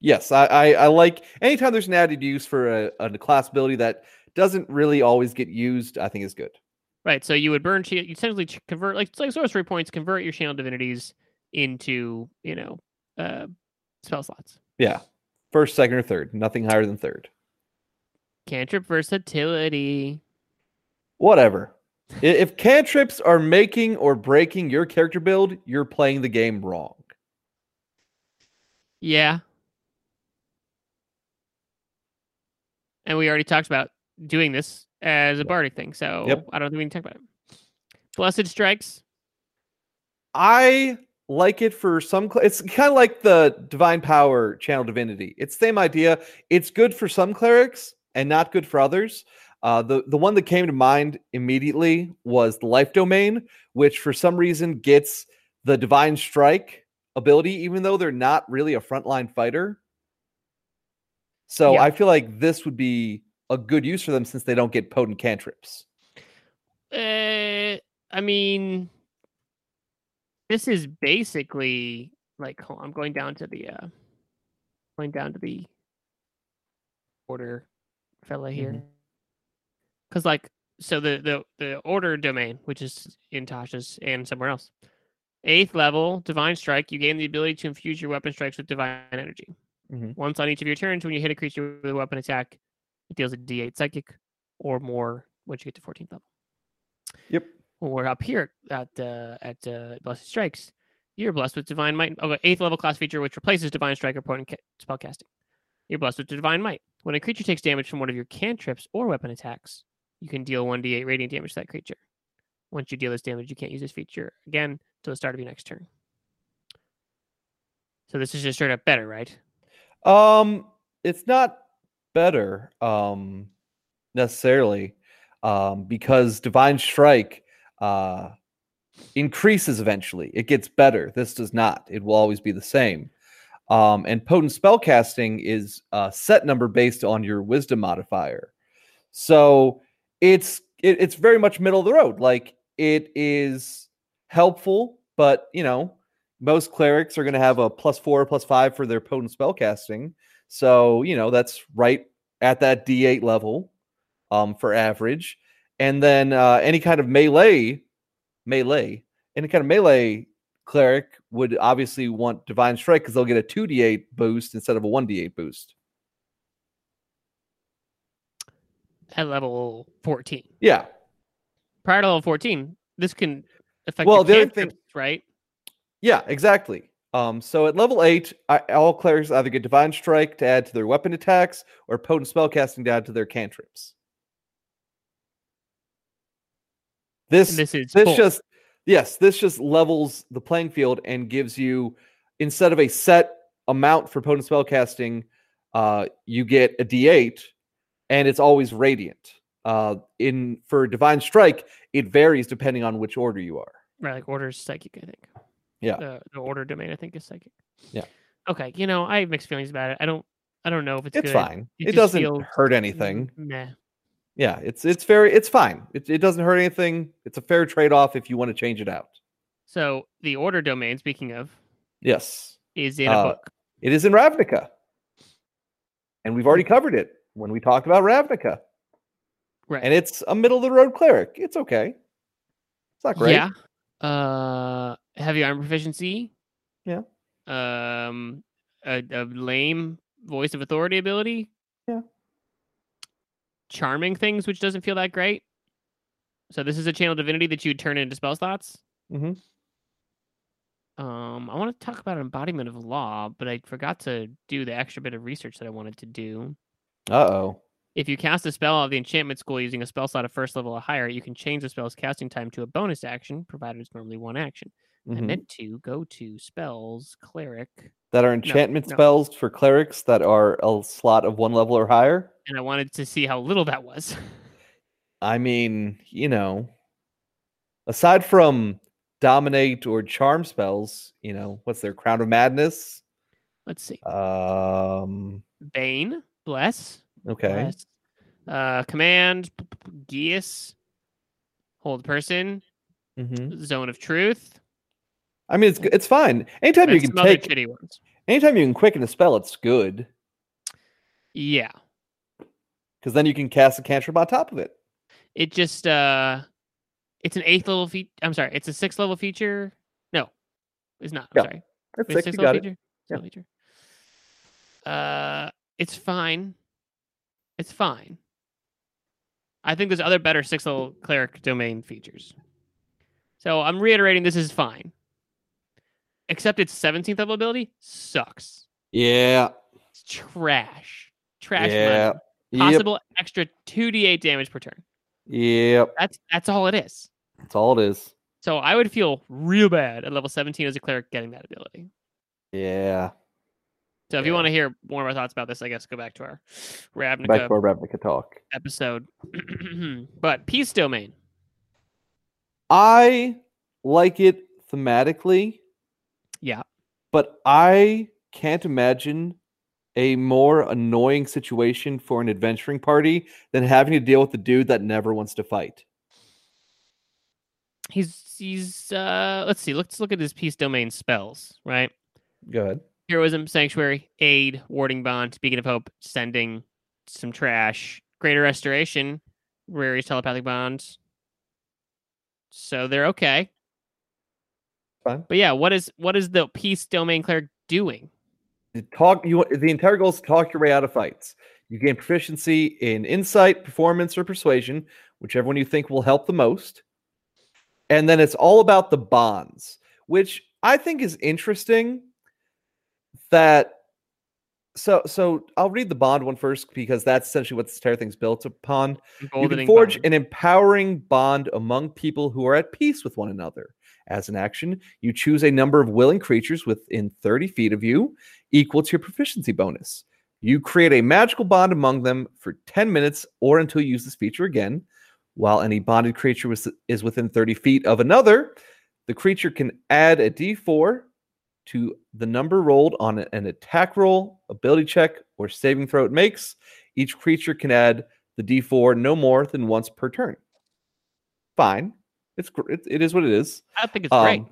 S2: yes, I, I, I like anytime there's an added use for a, a class ability that doesn't really always get used. I think is good.
S1: Right. So you would burn, chi- you essentially ch- convert, like, it's like sorcery points, convert your channel divinities into, you know, uh, spell slots.
S2: Yeah, first, second, or third, nothing higher than third.
S1: Cantrip versatility.
S2: Whatever. I- if cantrips are making or breaking your character build, you're playing the game wrong.
S1: Yeah. And we already talked about doing this as a bardic thing. So I don't think we can talk about it. Blessed strikes.
S2: I like it for some. Cl- it's kind of like the divine power channel divinity. It's same idea. It's good for some clerics and not good for others. Uh, the the one that came to mind immediately was the life domain, which for some reason gets the divine strike ability, even though they're not really a frontline fighter. So
S1: Yeah.
S2: I feel like this would be a good use for them since they don't get potent cantrips.
S1: Uh, I mean, this is basically like hold on, I'm going down to the uh, going down to the order fella here, because like so the the the order domain, which is in Tasha's and somewhere else, eighth level divine strike, you gain the ability to infuse your weapon strikes with divine energy.
S2: Mhm.
S1: Once on each of your turns, when you hit a creature with a weapon attack, it deals a D8 psychic or more once you get to 14th level
S2: Yep.
S1: when we're up here at uh, at uh, Blessed Strikes, you're blessed with Divine Might. Oh, wait, eighth level class feature, which replaces Divine Strike or Potent ca- Spellcasting. You're blessed with Divine Might. When a creature takes damage from one of your cantrips or weapon attacks, you can deal 1d8 radiant damage to that creature. Once you deal this damage, you can't use this feature again till the start of your next turn. So this is just straight up better, right?
S2: Um, it's not better, um, necessarily, um, because Divine Strike, uh, increases eventually. It gets better. This does not. It will always be the same. Um, and potent spellcasting uh, is a set number based on your wisdom modifier. So it's it, it's very much middle of the road. Like it is helpful, but you know, most clerics are going to have a plus four, plus five for their potent spell casting. So you know that's right at that D8 level um, for average, and then uh, any kind of melee, melee, any kind of melee cleric would obviously want divine strike because they'll get a 2d8 boost instead of a 1d8 boost
S1: at level 14.
S2: yeah
S1: Prior to level 14, this can affect
S2: Well,
S1: your
S2: the other
S1: cantrips, right?
S2: Yeah, exactly. Um, so at level eight, I, all clerics either get divine strike to add to their weapon attacks or potent spellcasting to add to their cantrips. This
S1: And this is
S2: this
S1: full.
S2: just yes, this just levels the playing field and gives you instead of a set amount for potent spellcasting, uh, you get a D8, and it's always radiant. Uh, in for divine strike, it varies depending on which order you are.
S1: Right, like order is psychic, I think.
S2: Yeah.
S1: The, the order domain, I think, is psychic.
S2: Yeah.
S1: Okay, you know, I have mixed feelings about it. I don't, I don't know if it's,
S2: It's
S1: good.
S2: fine.
S1: It
S2: It,
S1: just
S2: doesn't
S1: feels-
S2: hurt anything.
S1: Meh.
S2: Yeah, it's it's very it's fine. It, it doesn't hurt anything. It's a fair trade off if you want to change it out.
S1: So the order domain, speaking of,
S2: Yes,
S1: is in a
S2: Uh,
S1: book.
S2: it is in Ravnica, and we've already covered it when we talked about Ravnica.
S1: Right.
S2: And it's a middle of the road cleric. It's okay. It's not great.
S1: Yeah. Uh, heavy armor proficiency.
S2: Yeah.
S1: Um, a, a lame voice of authority ability.
S2: Yeah.
S1: Charming things, which doesn't feel that great. So this is a channel divinity that you would turn into spell slots.
S2: Mhm.
S1: Um, I want to talk about embodiment of law, but I forgot to do the extra bit of research that I wanted to do.
S2: Uh oh.
S1: If you cast a spell out of the enchantment school using a spell slot of first level or higher, you can change the spell's casting time to a bonus action, provided it's normally one action. I meant to go to spells, cleric,
S2: Mm-hmm. That are enchantment
S1: no.
S2: spells for clerics that are a slot of one level or higher.
S1: and I wanted to see how little that was. *laughs*
S2: I mean, you know, aside from dominate or charm spells, you know, what's their crown of madness?
S1: Let's see.
S2: Um,
S1: Bane, bless,
S2: okay,
S1: bless. Uh, command, p- p- p- Geas, hold person,
S2: Mhm.
S1: zone of truth.
S2: I mean, it's g- it's fine. Anytime you
S1: and
S2: can
S1: some other
S2: take,
S1: shitty ones.
S2: anytime you can quicken a spell, it's good
S1: Yeah,
S2: because then you can cast a cantrip on top of it.
S1: it just uh, it's an eighth level feat. I'm sorry, it's a sixth level feature. No, it's not. I'm
S2: Yeah.
S1: sorry.
S2: That's
S1: Wait,
S2: six.
S1: six
S2: You
S1: level
S2: got it.
S1: feature?
S2: Yeah.
S1: Six level feature. Uh, it's fine. It's fine. I think there's other better six level cleric domain features. So I'm reiterating this is fine. Except its 17th level ability sucks.
S2: Yeah.
S1: It's trash. Trash.
S2: yeah.
S1: money.
S2: Yep.
S1: Possible extra 2d8 damage per turn.
S2: Yep.
S1: That's that's all it is.
S2: That's all it is.
S1: So I would feel real bad at level 17 as a cleric getting that ability.
S2: Yeah.
S1: So if you
S2: Yeah.
S1: want to hear more of our thoughts about this, I guess go back to our
S2: Back
S1: Ravnica
S2: to our replica talk.
S1: episode. *clears throat* but peace domain.
S2: I like it thematically.
S1: Yeah.
S2: But I can't imagine a more annoying situation for an adventuring party than having to deal with the dude that never wants to fight.
S1: He's he's uh let's see, let's look at his peace domain spells, right?
S2: Go ahead.
S1: Heroism, sanctuary, aid, warding bond, beacon of hope, sending some trash, greater restoration, rarest telepathic bonds. So they're okay.
S2: Fine.
S1: But yeah, what is what is the peace domain cleric doing?
S2: The talk you want- the entire goal is to talk your way out of fights. You gain proficiency in insight, performance, or persuasion, whichever one you think will help the most. And then it's all about the bonds, which I think is interesting. That so so I'll read the bond one first because that's essentially what this entire thing's built upon. You
S1: Goldening
S2: can forge
S1: bond.
S2: an empowering bond among people who are at peace with one another. As an action, you choose a number of willing creatures within 30 feet of you equal to your proficiency bonus. You create a magical bond among them for 10 minutes or until you use this feature again. While any bonded creature was, is within 30 feet of another, the creature can add a d4 to the number rolled on an attack roll, ability check, or saving throw it makes. Each creature can add the d4 no more than once per turn. fine. It's gr- it, it is what it is.
S1: I think it's
S2: Um,
S1: great.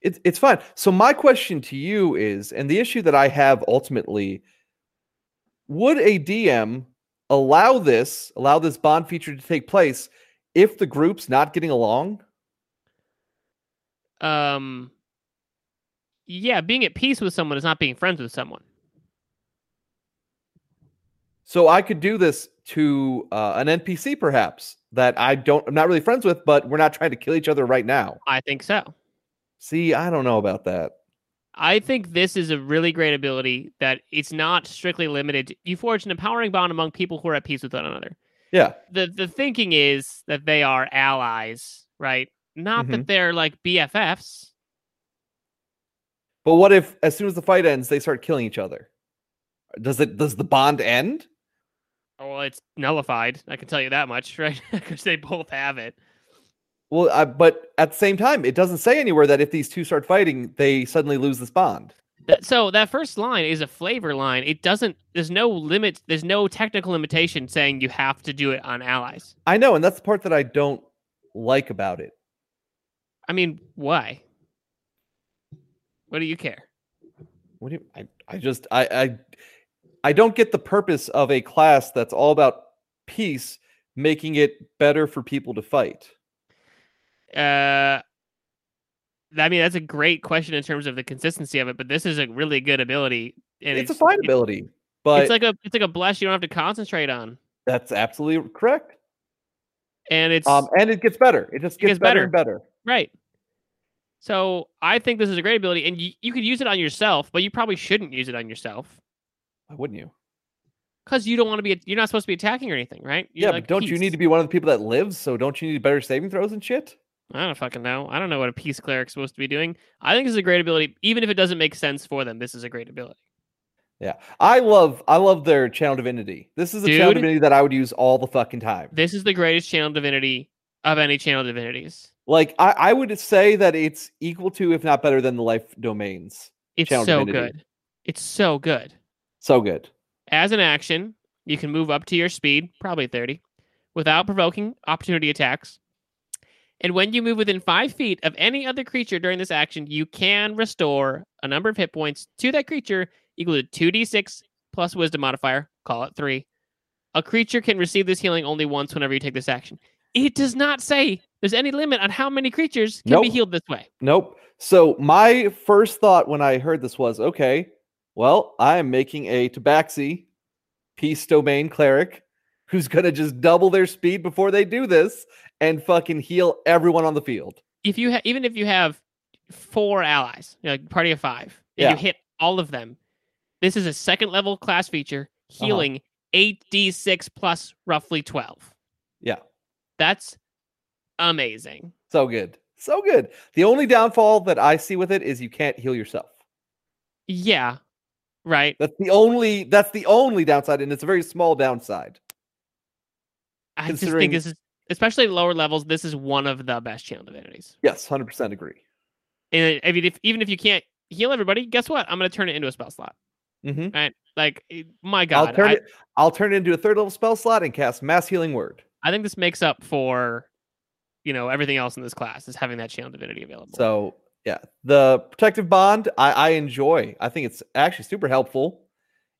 S2: It's it's fine. So my question to you is, and the issue that I have ultimately, would a DM allow this allow this bond feature to take place if the group's not getting along?
S1: Um, yeah, being at peace with someone is not being friends with someone.
S2: So I could do this to uh, an NPC perhaps that I don't I'm not really friends with, but we're not trying to kill each other right now.
S1: I think so.
S2: See, I don't know about that.
S1: I think this is a really great ability that it's not strictly limited. to- You forge an empowering bond among people who are at peace with one another.
S2: Yeah.
S1: The the thinking is that they are allies, right? Not that they're like BFFs.
S2: But what if as soon as the fight ends, they start killing each other? Does it does the bond end?
S1: Oh, Well, it's nullified. I can tell you that much, *laughs* right? Because they both have it.
S2: Well, I, but at the same time, it doesn't say anywhere that if these two start fighting, they suddenly lose this bond.
S1: That, so that first line is a flavor line. It doesn't. There's no limit. There's no technical limitation saying you have to do it on allies.
S2: I know, and that's the part that I don't like about it.
S1: I mean, why? What do you care?
S2: What do you, I, I just I, I I don't get the purpose of a class that's all about peace, making it better for people to fight.
S1: Uh, I mean, that's a great question in terms of the consistency of it. But this is a really good ability, and
S2: it's, a fine
S1: it-
S2: ability, but
S1: it's like a it's like a bless you don't have to concentrate on,
S2: that's absolutely correct.
S1: and it's
S2: Um, and it gets better. It just
S1: It
S2: gets,
S1: gets
S2: better, and better.
S1: Right. So I think this is a great ability, and you, you could use it on yourself, but you probably shouldn't use it on yourself
S2: Why wouldn't you?
S1: because you don't want to be. You're not supposed to be attacking or anything, right? You're
S2: yeah,
S1: like
S2: but don't you need to be one of the people that lives? So don't you need better saving throws and shit?
S1: "Peace." I don't fucking know. I don't know what a peace cleric's supposed to be doing. I think this is a great ability, even if it doesn't make sense for them. This is a great ability.
S2: Yeah, I love I love their channel divinity. This is a channel
S1: Dude.
S2: divinity that I would use all the fucking time.
S1: This is the greatest channel divinity of any channel divinities.
S2: Like I, I would say that it's equal to, if not better than, the life domains.
S1: It's
S2: Channel
S1: so
S2: divinity.
S1: good. It's so good.
S2: So good.
S1: As an action, you can move up to your speed, probably 30, without provoking opportunity attacks. And when you move within five feet of any other creature during this action, you can restore a number of hit points to that creature equal to 2d6 plus wisdom modifier, call it three. A creature can receive this healing only once whenever you take this action. It does not say there's any limit on how many creatures can be
S2: Nope.
S1: healed this way.
S2: Nope. So my first thought when I heard this was, okay, well, I am making a Tabaxi peace domain cleric who's gonna just double their speed before they do this and fucking heal everyone on the field.
S1: if you ha- even if you have four allies, you know, like party of five, and
S2: Yeah.
S1: you hit all of them, this is a second level class feature,
S2: Uh-huh.
S1: healing eight d six plus roughly twelve.
S2: Yeah.
S1: that's amazing.
S2: So good. So good. The only downfall that I see with it is you can't heal yourself.
S1: Yeah, right.
S2: That's the only that's the only downside, and it's a very small downside.
S1: I just
S2: Considering-
S1: think this is especially at lower levels. This is one of the best channel divinities.
S2: Yes, hundred percent agree.
S1: And I mean, if even if you can't heal everybody, guess what? I'm gonna turn it into a spell slot.
S2: hmm
S1: Like, it- my God,
S2: I'll turn
S1: I-
S2: it. I'll turn it into a third level spell slot and cast mass healing word.
S1: I think this makes up for, you know, everything else in this class is having that channel divinity available.
S2: So yeah, the protective bond I, I enjoy. I think it's actually super helpful.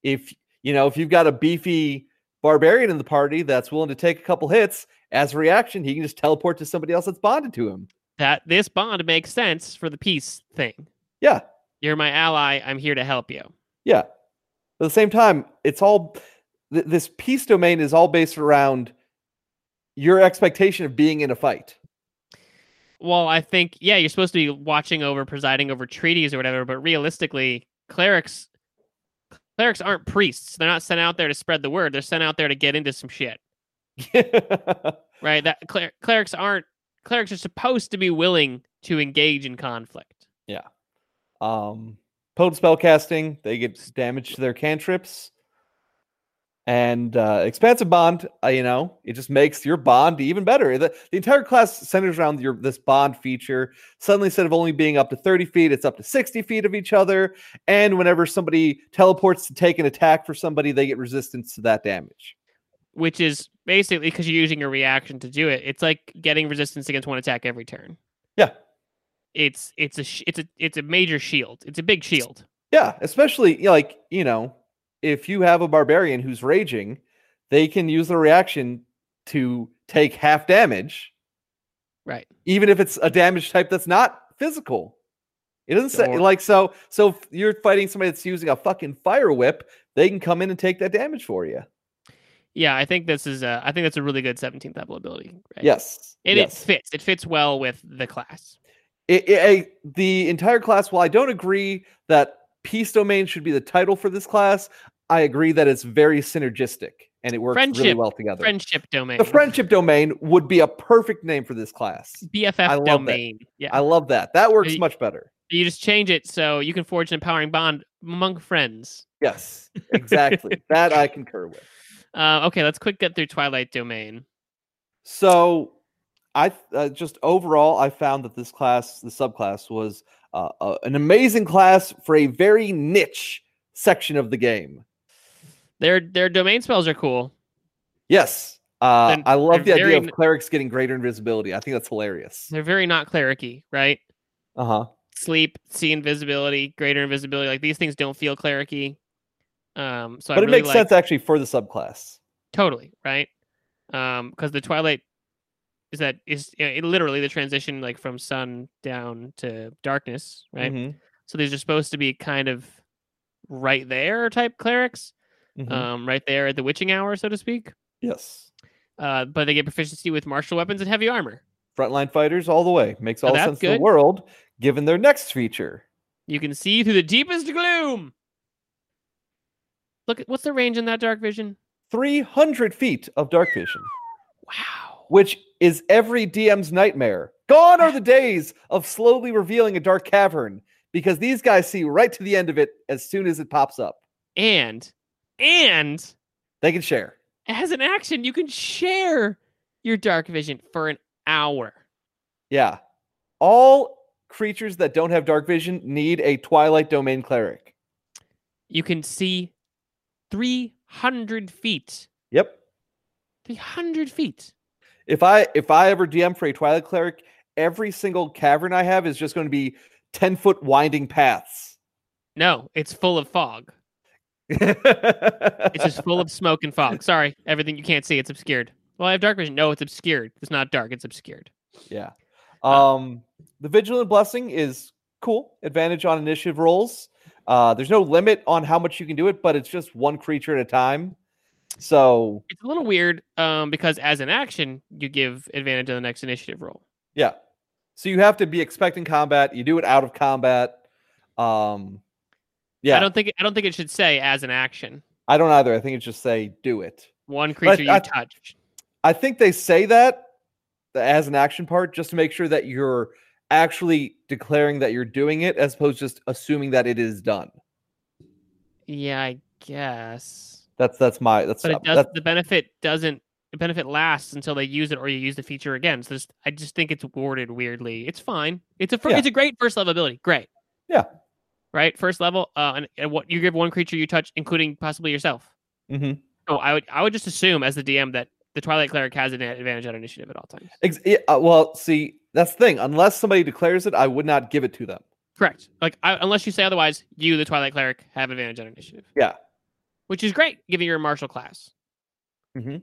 S2: If you know if you've got a beefy barbarian in the party that's willing to take a couple hits as a reaction, he can just teleport to somebody else that's bonded to him.
S1: that this bond makes sense for the peace thing.
S2: Yeah.
S1: You're my ally. I'm here to help you.
S2: Yeah. But at the same time, it's all th- this peace domain is all based around your expectation of being in a fight. *laughs*
S1: Well, I think, yeah, you're supposed to be watching over, presiding over treaties or whatever, but realistically, clerics clerics aren't priests. They're not sent out there to spread the word. They're sent out there to get into some shit. Right? That cler- clerics aren't clerics are supposed to be willing to engage in conflict.
S2: um potent spell casting they get damage to their cantrips and uh expansive bond uh, you know it just makes your bond even better the, the entire class centers around your this bond feature suddenly instead of only being up to 30 feet it's up to 60 feet of each other and whenever somebody teleports to take an attack for somebody they get resistance to that damage
S1: which is basically because you're using your reaction to do it. It's like getting resistance against one attack every turn.
S2: Yeah.
S1: It's it's a sh- it's a it's a major shield. It's a big shield.
S2: Yeah, especially you know, like you know, if you have a barbarian who's raging, they can use the reaction to take half damage,
S1: Right.
S2: even if it's a damage type that's not physical. It doesn't say
S1: Or-
S2: like so. So if you're fighting somebody that's using a fucking fire whip, they can come in and take that damage for you.
S1: Yeah, I think this is a I think that's a really good 17th level ability. Right?
S2: Yes,
S1: And
S2: yes.
S1: it fits. It fits well with the class.
S2: it, it- I- the entire class while i don't agree that peace domain should be the title for this class i agree that it's very synergistic and it works really
S1: Friendship.
S2: well together
S1: Friendship domain.
S2: the friendship domain would be a perfect name for this class
S1: BFF
S2: I love that.
S1: domain. Yeah.
S2: i love that that works
S1: you-
S2: much better
S1: you just change it so you can forge an empowering bond among friends. *laughs*
S2: yes exactly that i concur with
S1: Uh, okay, let's quick get through Twilight Domain.
S2: So, I th- uh, just overall I found that this class, the subclass, was uh, uh, an amazing class for a very niche section of the game.
S1: Their their domain spells are cool.
S2: Yes, uh,
S1: Then
S2: I love the
S1: they're
S2: idea
S1: very
S2: of
S1: n-
S2: clerics getting greater invisibility. I think that's hilarious.
S1: They're very not clericy, right?
S2: Uh huh.
S1: Sleep, see invisibility, greater invisibility. Like these things don't feel clericy. Um, so
S2: But
S1: I
S2: it
S1: really
S2: makes
S1: like
S2: sense actually for the subclass.
S1: totally right. Um, because the Twilight is that is yeah, it, literally the transition like from sun down to darkness, right?
S2: Mhm,
S1: So these are supposed to be kind of right there type clerics.
S2: mhm.
S1: um, right there at the witching hour, so to speak.
S2: yes.
S1: Uh, but they get proficiency with martial weapons and heavy armor.
S2: Frontline fighters all the way. Makes
S1: Now
S2: all the
S1: Oh, that's
S2: sense in the
S1: good.
S2: world given their next feature.
S1: You can see through the deepest gloom. Look at what's the range in that dark vision?
S2: 300 feet of dark vision.
S1: Wow.
S2: which is every DM's nightmare. Gone
S1: *laughs*
S2: are the days of slowly revealing a dark cavern because these guys see right to the end of it as soon as it pops up.
S1: And and
S2: They can share.
S1: as an action, you can share your dark vision for an hour.
S2: Yeah. All creatures that don't have dark vision need a Twilight Domain cleric.
S1: You can see 300 feet.
S2: Yep.
S1: 300 feet.
S2: If I if I ever DM for a Twilight cleric, every single cavern I have is just going to be 10 foot winding paths.
S1: No, it's full of fog.
S2: it's
S1: It's
S2: *laughs*
S1: just full of smoke and fog. Sorry, everything you can't see. It's obscured. Well, I have dark vision. No, it's obscured. It's not dark. It's obscured.
S2: Yeah. Um, the vigilant blessing is cool. Advantage on initiative rolls. Uh, there's no limit on how much you can do it, but it's just one creature at a time. So
S1: It's a little weird um, because as an action, you give advantage on the next initiative roll.
S2: yeah. So you have to be expecting combat. You do it out of combat. Um, yeah,
S1: I don't think I don't think it should say as an action.
S2: either. I think it's just say do it.
S1: One creature you
S2: I-
S1: touch.
S2: I think they say that th- as an action part just to make sure that you're actually declaring that you're doing it as opposed to just assuming that it is done.
S1: Yeah, I guess.
S2: That's that's my that's
S1: But it
S2: that's-
S1: does. The benefit doesn't. The benefit lasts until they use it or you use the feature again. So just, I just think it's worded weirdly. It's fine. It's a fir-
S2: Yeah.
S1: it's a great first level ability. Great.
S2: Yeah.
S1: Right. First level. Uh, and, and what you give one creature you touch, including possibly yourself.
S2: Mhm.
S1: Oh, I would I would just assume as the DM that the Twilight Cleric has an advantage on initiative at all times.
S2: Ex- yeah, uh, well, see, that's the thing. Unless somebody declares it, I would not give it to them.
S1: Correct. Like I, unless you say otherwise, you the Twilight Cleric have advantage on initiative.
S2: Yeah.
S1: Which is great, given you're a martial class.
S2: Mhm.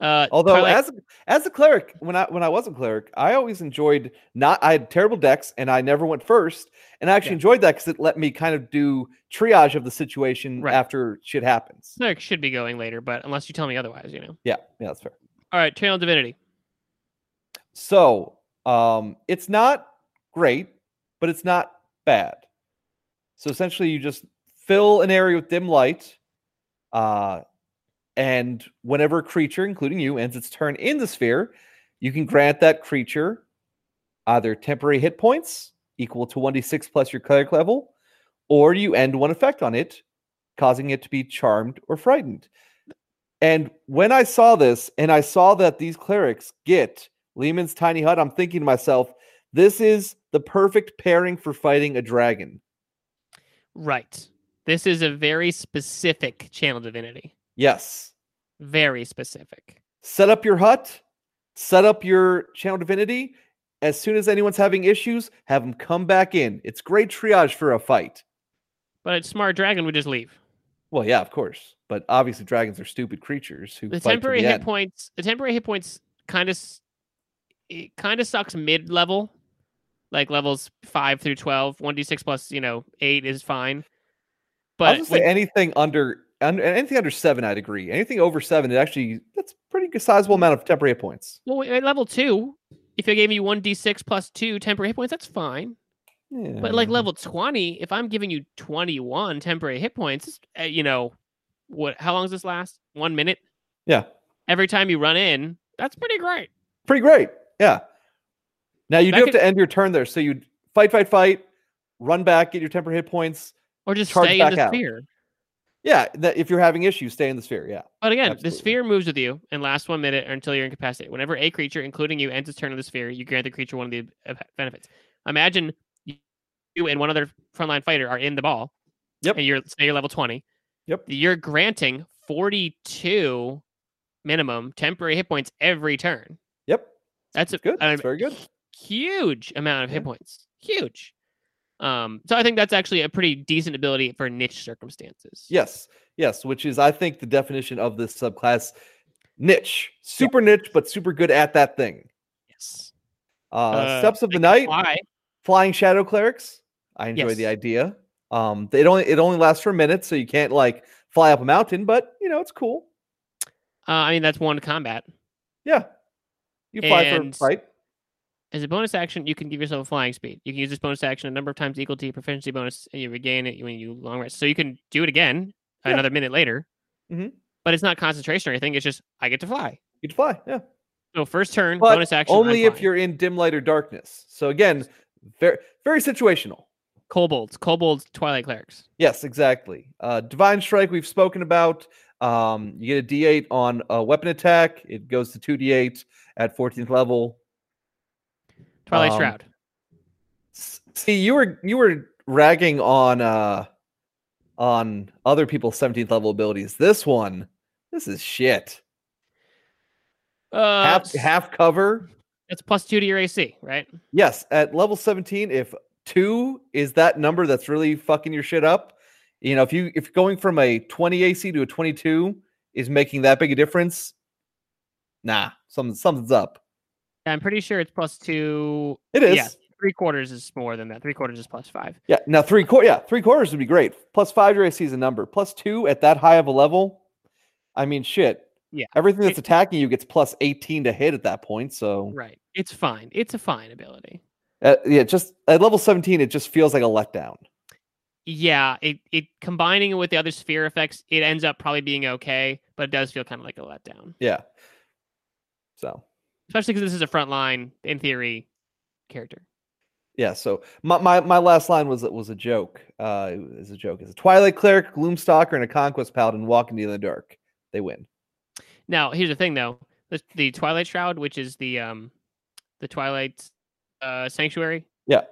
S1: Uh,
S2: Although,
S1: Twilight-
S2: as as a cleric, when I when I was a cleric, I always enjoyed not. I had terrible decks, and I never went first. And I actually
S1: Yeah.
S2: enjoyed that because it let me kind of do triage of the situation
S1: Right.
S2: after shit happens.
S1: Cleric should be going later, but unless you tell me otherwise, you know.
S2: Yeah, yeah, that's fair.
S1: All right, Channel Divinity.
S2: So, um, it's not great, but it's not bad. So essentially, you just fill an area with dim light, uh, and whenever a creature, including you, ends its turn in the sphere, you can grant that creature either temporary hit points equal to one d six plus your cleric level, or you end one effect on it, causing it to be charmed or frightened. And when I saw this, and I saw that these clerics get Lehman's tiny hut, I'm thinking to myself, this is the perfect pairing for fighting a dragon.
S1: Right. This is a very specific Channel Divinity.
S2: Yes.
S1: Very specific.
S2: set up your hut, set up your channel divinity. As soon as anyone's having issues, have them come back in. It's great triage for a fight.
S1: But smart dragon would just leave.
S2: Well, yeah, of course, but obviously dragons are stupid creatures who
S1: The
S2: fight to
S1: temporary
S2: the
S1: hit
S2: end.
S1: points. The temporary hit points kind of it kind of sucks mid level, like levels five through twelve. One d six plus you know eight is fine.
S2: I was
S1: But
S2: gonna say
S1: when-
S2: anything under, under anything under seven, I'd agree. Anything over seven, it actually that's pretty good sizable amount of temporary hit points.
S1: well, at level two, if it gave me one d six plus two temporary hit points, that's fine. But like
S2: Yeah.
S1: level twenty, if I'm giving you twenty one temporary hit points, it's, uh, you know, what? How long does this last? One minute.
S2: yeah,
S1: Every time you run in, that's pretty great.
S2: pretty great. Yeah. Now you
S1: That
S2: do
S1: could-
S2: have to end your turn there, so you fight, fight, fight, run back, get your temporary hit points.
S1: Or just
S2: Charge
S1: stay in
S2: back
S1: the
S2: out.
S1: sphere.
S2: Yeah, that if you're having issues, stay in the sphere. Yeah.
S1: But again, the
S2: Absolutely.
S1: sphere moves with you and lasts one minute or until you're incapacitated. Whenever a creature, including you, ends its turn on the sphere, you grant the creature one of the uh, benefits. Imagine you and one other frontline fighter are in the ball.
S2: Yep.
S1: And you're say you're level twenty.
S2: Yep.
S1: You're granting forty two minimum temporary hit points every turn.
S2: Yep.
S1: That's a,
S2: Good.
S1: a
S2: That's very good.
S1: huge amount of hit
S2: Yeah.
S1: points. Huge. Um, so I think that's actually a pretty decent ability for niche circumstances.
S2: Yes. Yes. Which is, I think, the definition of this subclass niche. Super niche, but super good at that thing.
S1: Yes.
S2: Uh,
S1: Uh,
S2: Steps of
S1: they
S2: the
S1: can
S2: Night,
S1: fly.
S2: Flying Shadow Clerics. I enjoy the
S1: Yes.
S2: idea. Um, they- it only it only lasts for a minute, so you can't like fly up a mountain, but you know it's cool.
S1: Uh, I mean, that's one combat.
S2: Yeah, you fly
S1: And-
S2: for a fight.
S1: As a bonus action, you can give yourself a flying speed. You can use this bonus action a number of times equal to your proficiency bonus, and you regain it when you long rest. So you can do it again
S2: Yeah.
S1: another minute later.
S2: Mhm.
S1: But it's not concentration or anything. It's just I get to fly.
S2: You can fly. Yeah.
S1: So first turn,
S2: But
S1: bonus action. I'm
S2: Only if
S1: flying.
S2: you're in dim light or darkness. So again, very very situational.
S1: kobolds, kobolds, twilight clerics.
S2: Yes, exactly. Uh, Divine Strike, we've spoken about. Um, you get a D8 on a weapon attack. It goes to 2D8 at 14th level.
S1: Twilight
S2: Um,
S1: shroud.
S2: S- See, you were you were ragging on uh, on other people's 17th level abilities. This one, this is shit.
S1: Uh,
S2: Half
S1: s-
S2: half cover.
S1: that's plus two to your AC, right?
S2: Yes, at level 17, if two is that number that's really fucking your shit up, you know, if you if going from a 20 AC to a 22 is making that big a difference, nah, something something's up.
S1: I'm pretty sure it's plus two.
S2: It is.
S1: Yeah, three quarters is more than that. Three quarters is plus five.
S2: Yeah. Now three quarter yeah, three quarters would be great. Plus five your AC is a number. Plus two at that high of a level. I mean shit.
S1: Yeah.
S2: Everything that's
S1: It-
S2: attacking you gets plus 18 to hit at that point. So
S1: Right. It's fine. It's a fine ability.
S2: uh, yeah, just at level 17, it just feels like a letdown.
S1: yeah it it combining it with the other sphere effects it ends up probably being okay but it does feel kind of like a letdown
S2: Yeah. So
S1: especially because this is a frontline in theory character
S2: Yeah, so my, my, my last line was was a joke. Uh, it was a joke. It's a Twilight Cleric, Gloomstalker, and a Conquest Paladin walk into the dark. They win. *laughs*
S1: now here's the thing though the, the twilight shroud which is the um the twilight uh sanctuary
S2: Yeah.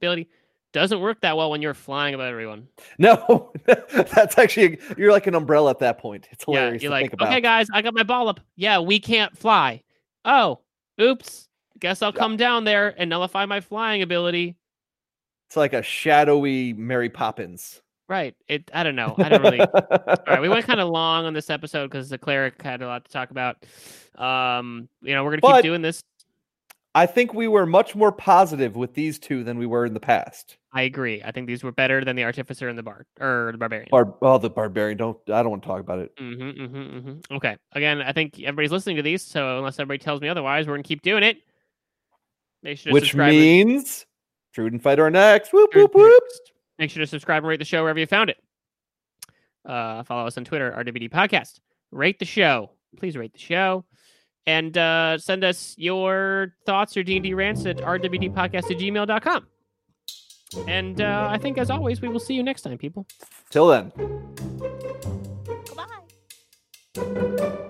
S1: ability doesn't work that well when you're flying above everyone
S2: No, *laughs* that's actually you're like an umbrella at that point. It's hilarious
S1: yeah
S2: to
S1: you're like
S2: think about.
S1: okay guys i got my ball up yeah we can't fly oh oops guess i'll
S2: Yeah.
S1: come down there and nullify my flying ability
S2: It's like a shadowy Mary Poppins.
S1: right it i don't know i don't really All right, we went kind of long on this episode because the cleric had a lot to talk about. Um, you know, we're gonna
S2: But-
S1: keep doing this.
S2: *laughs* I think we were much more positive with these two than we were in the past.
S1: I agree. I think these were better than the artificer and the bard or the barbarian.
S2: Bar- oh, the barbarian! Don't I don't want to talk about it.
S1: hmm hmm hmm Okay. Again, I think everybody's listening to these, so unless everybody tells me otherwise, we're gonna keep doing it. Make sure to
S2: Which
S1: subscribe.
S2: means Druid and Fight are next. Whoop
S1: or-
S2: whoop whoop.
S1: Make sure to subscribe and rate the show wherever you found it. Uh, follow us on Twitter, RWD Podcast. Rate the show. Please rate the show. And uh, send us your thoughts or D&D rants at rwdpodcast at gmail.com. And uh, I think, as always, we will see you next time, people.
S2: Till then.
S3: Goodbye.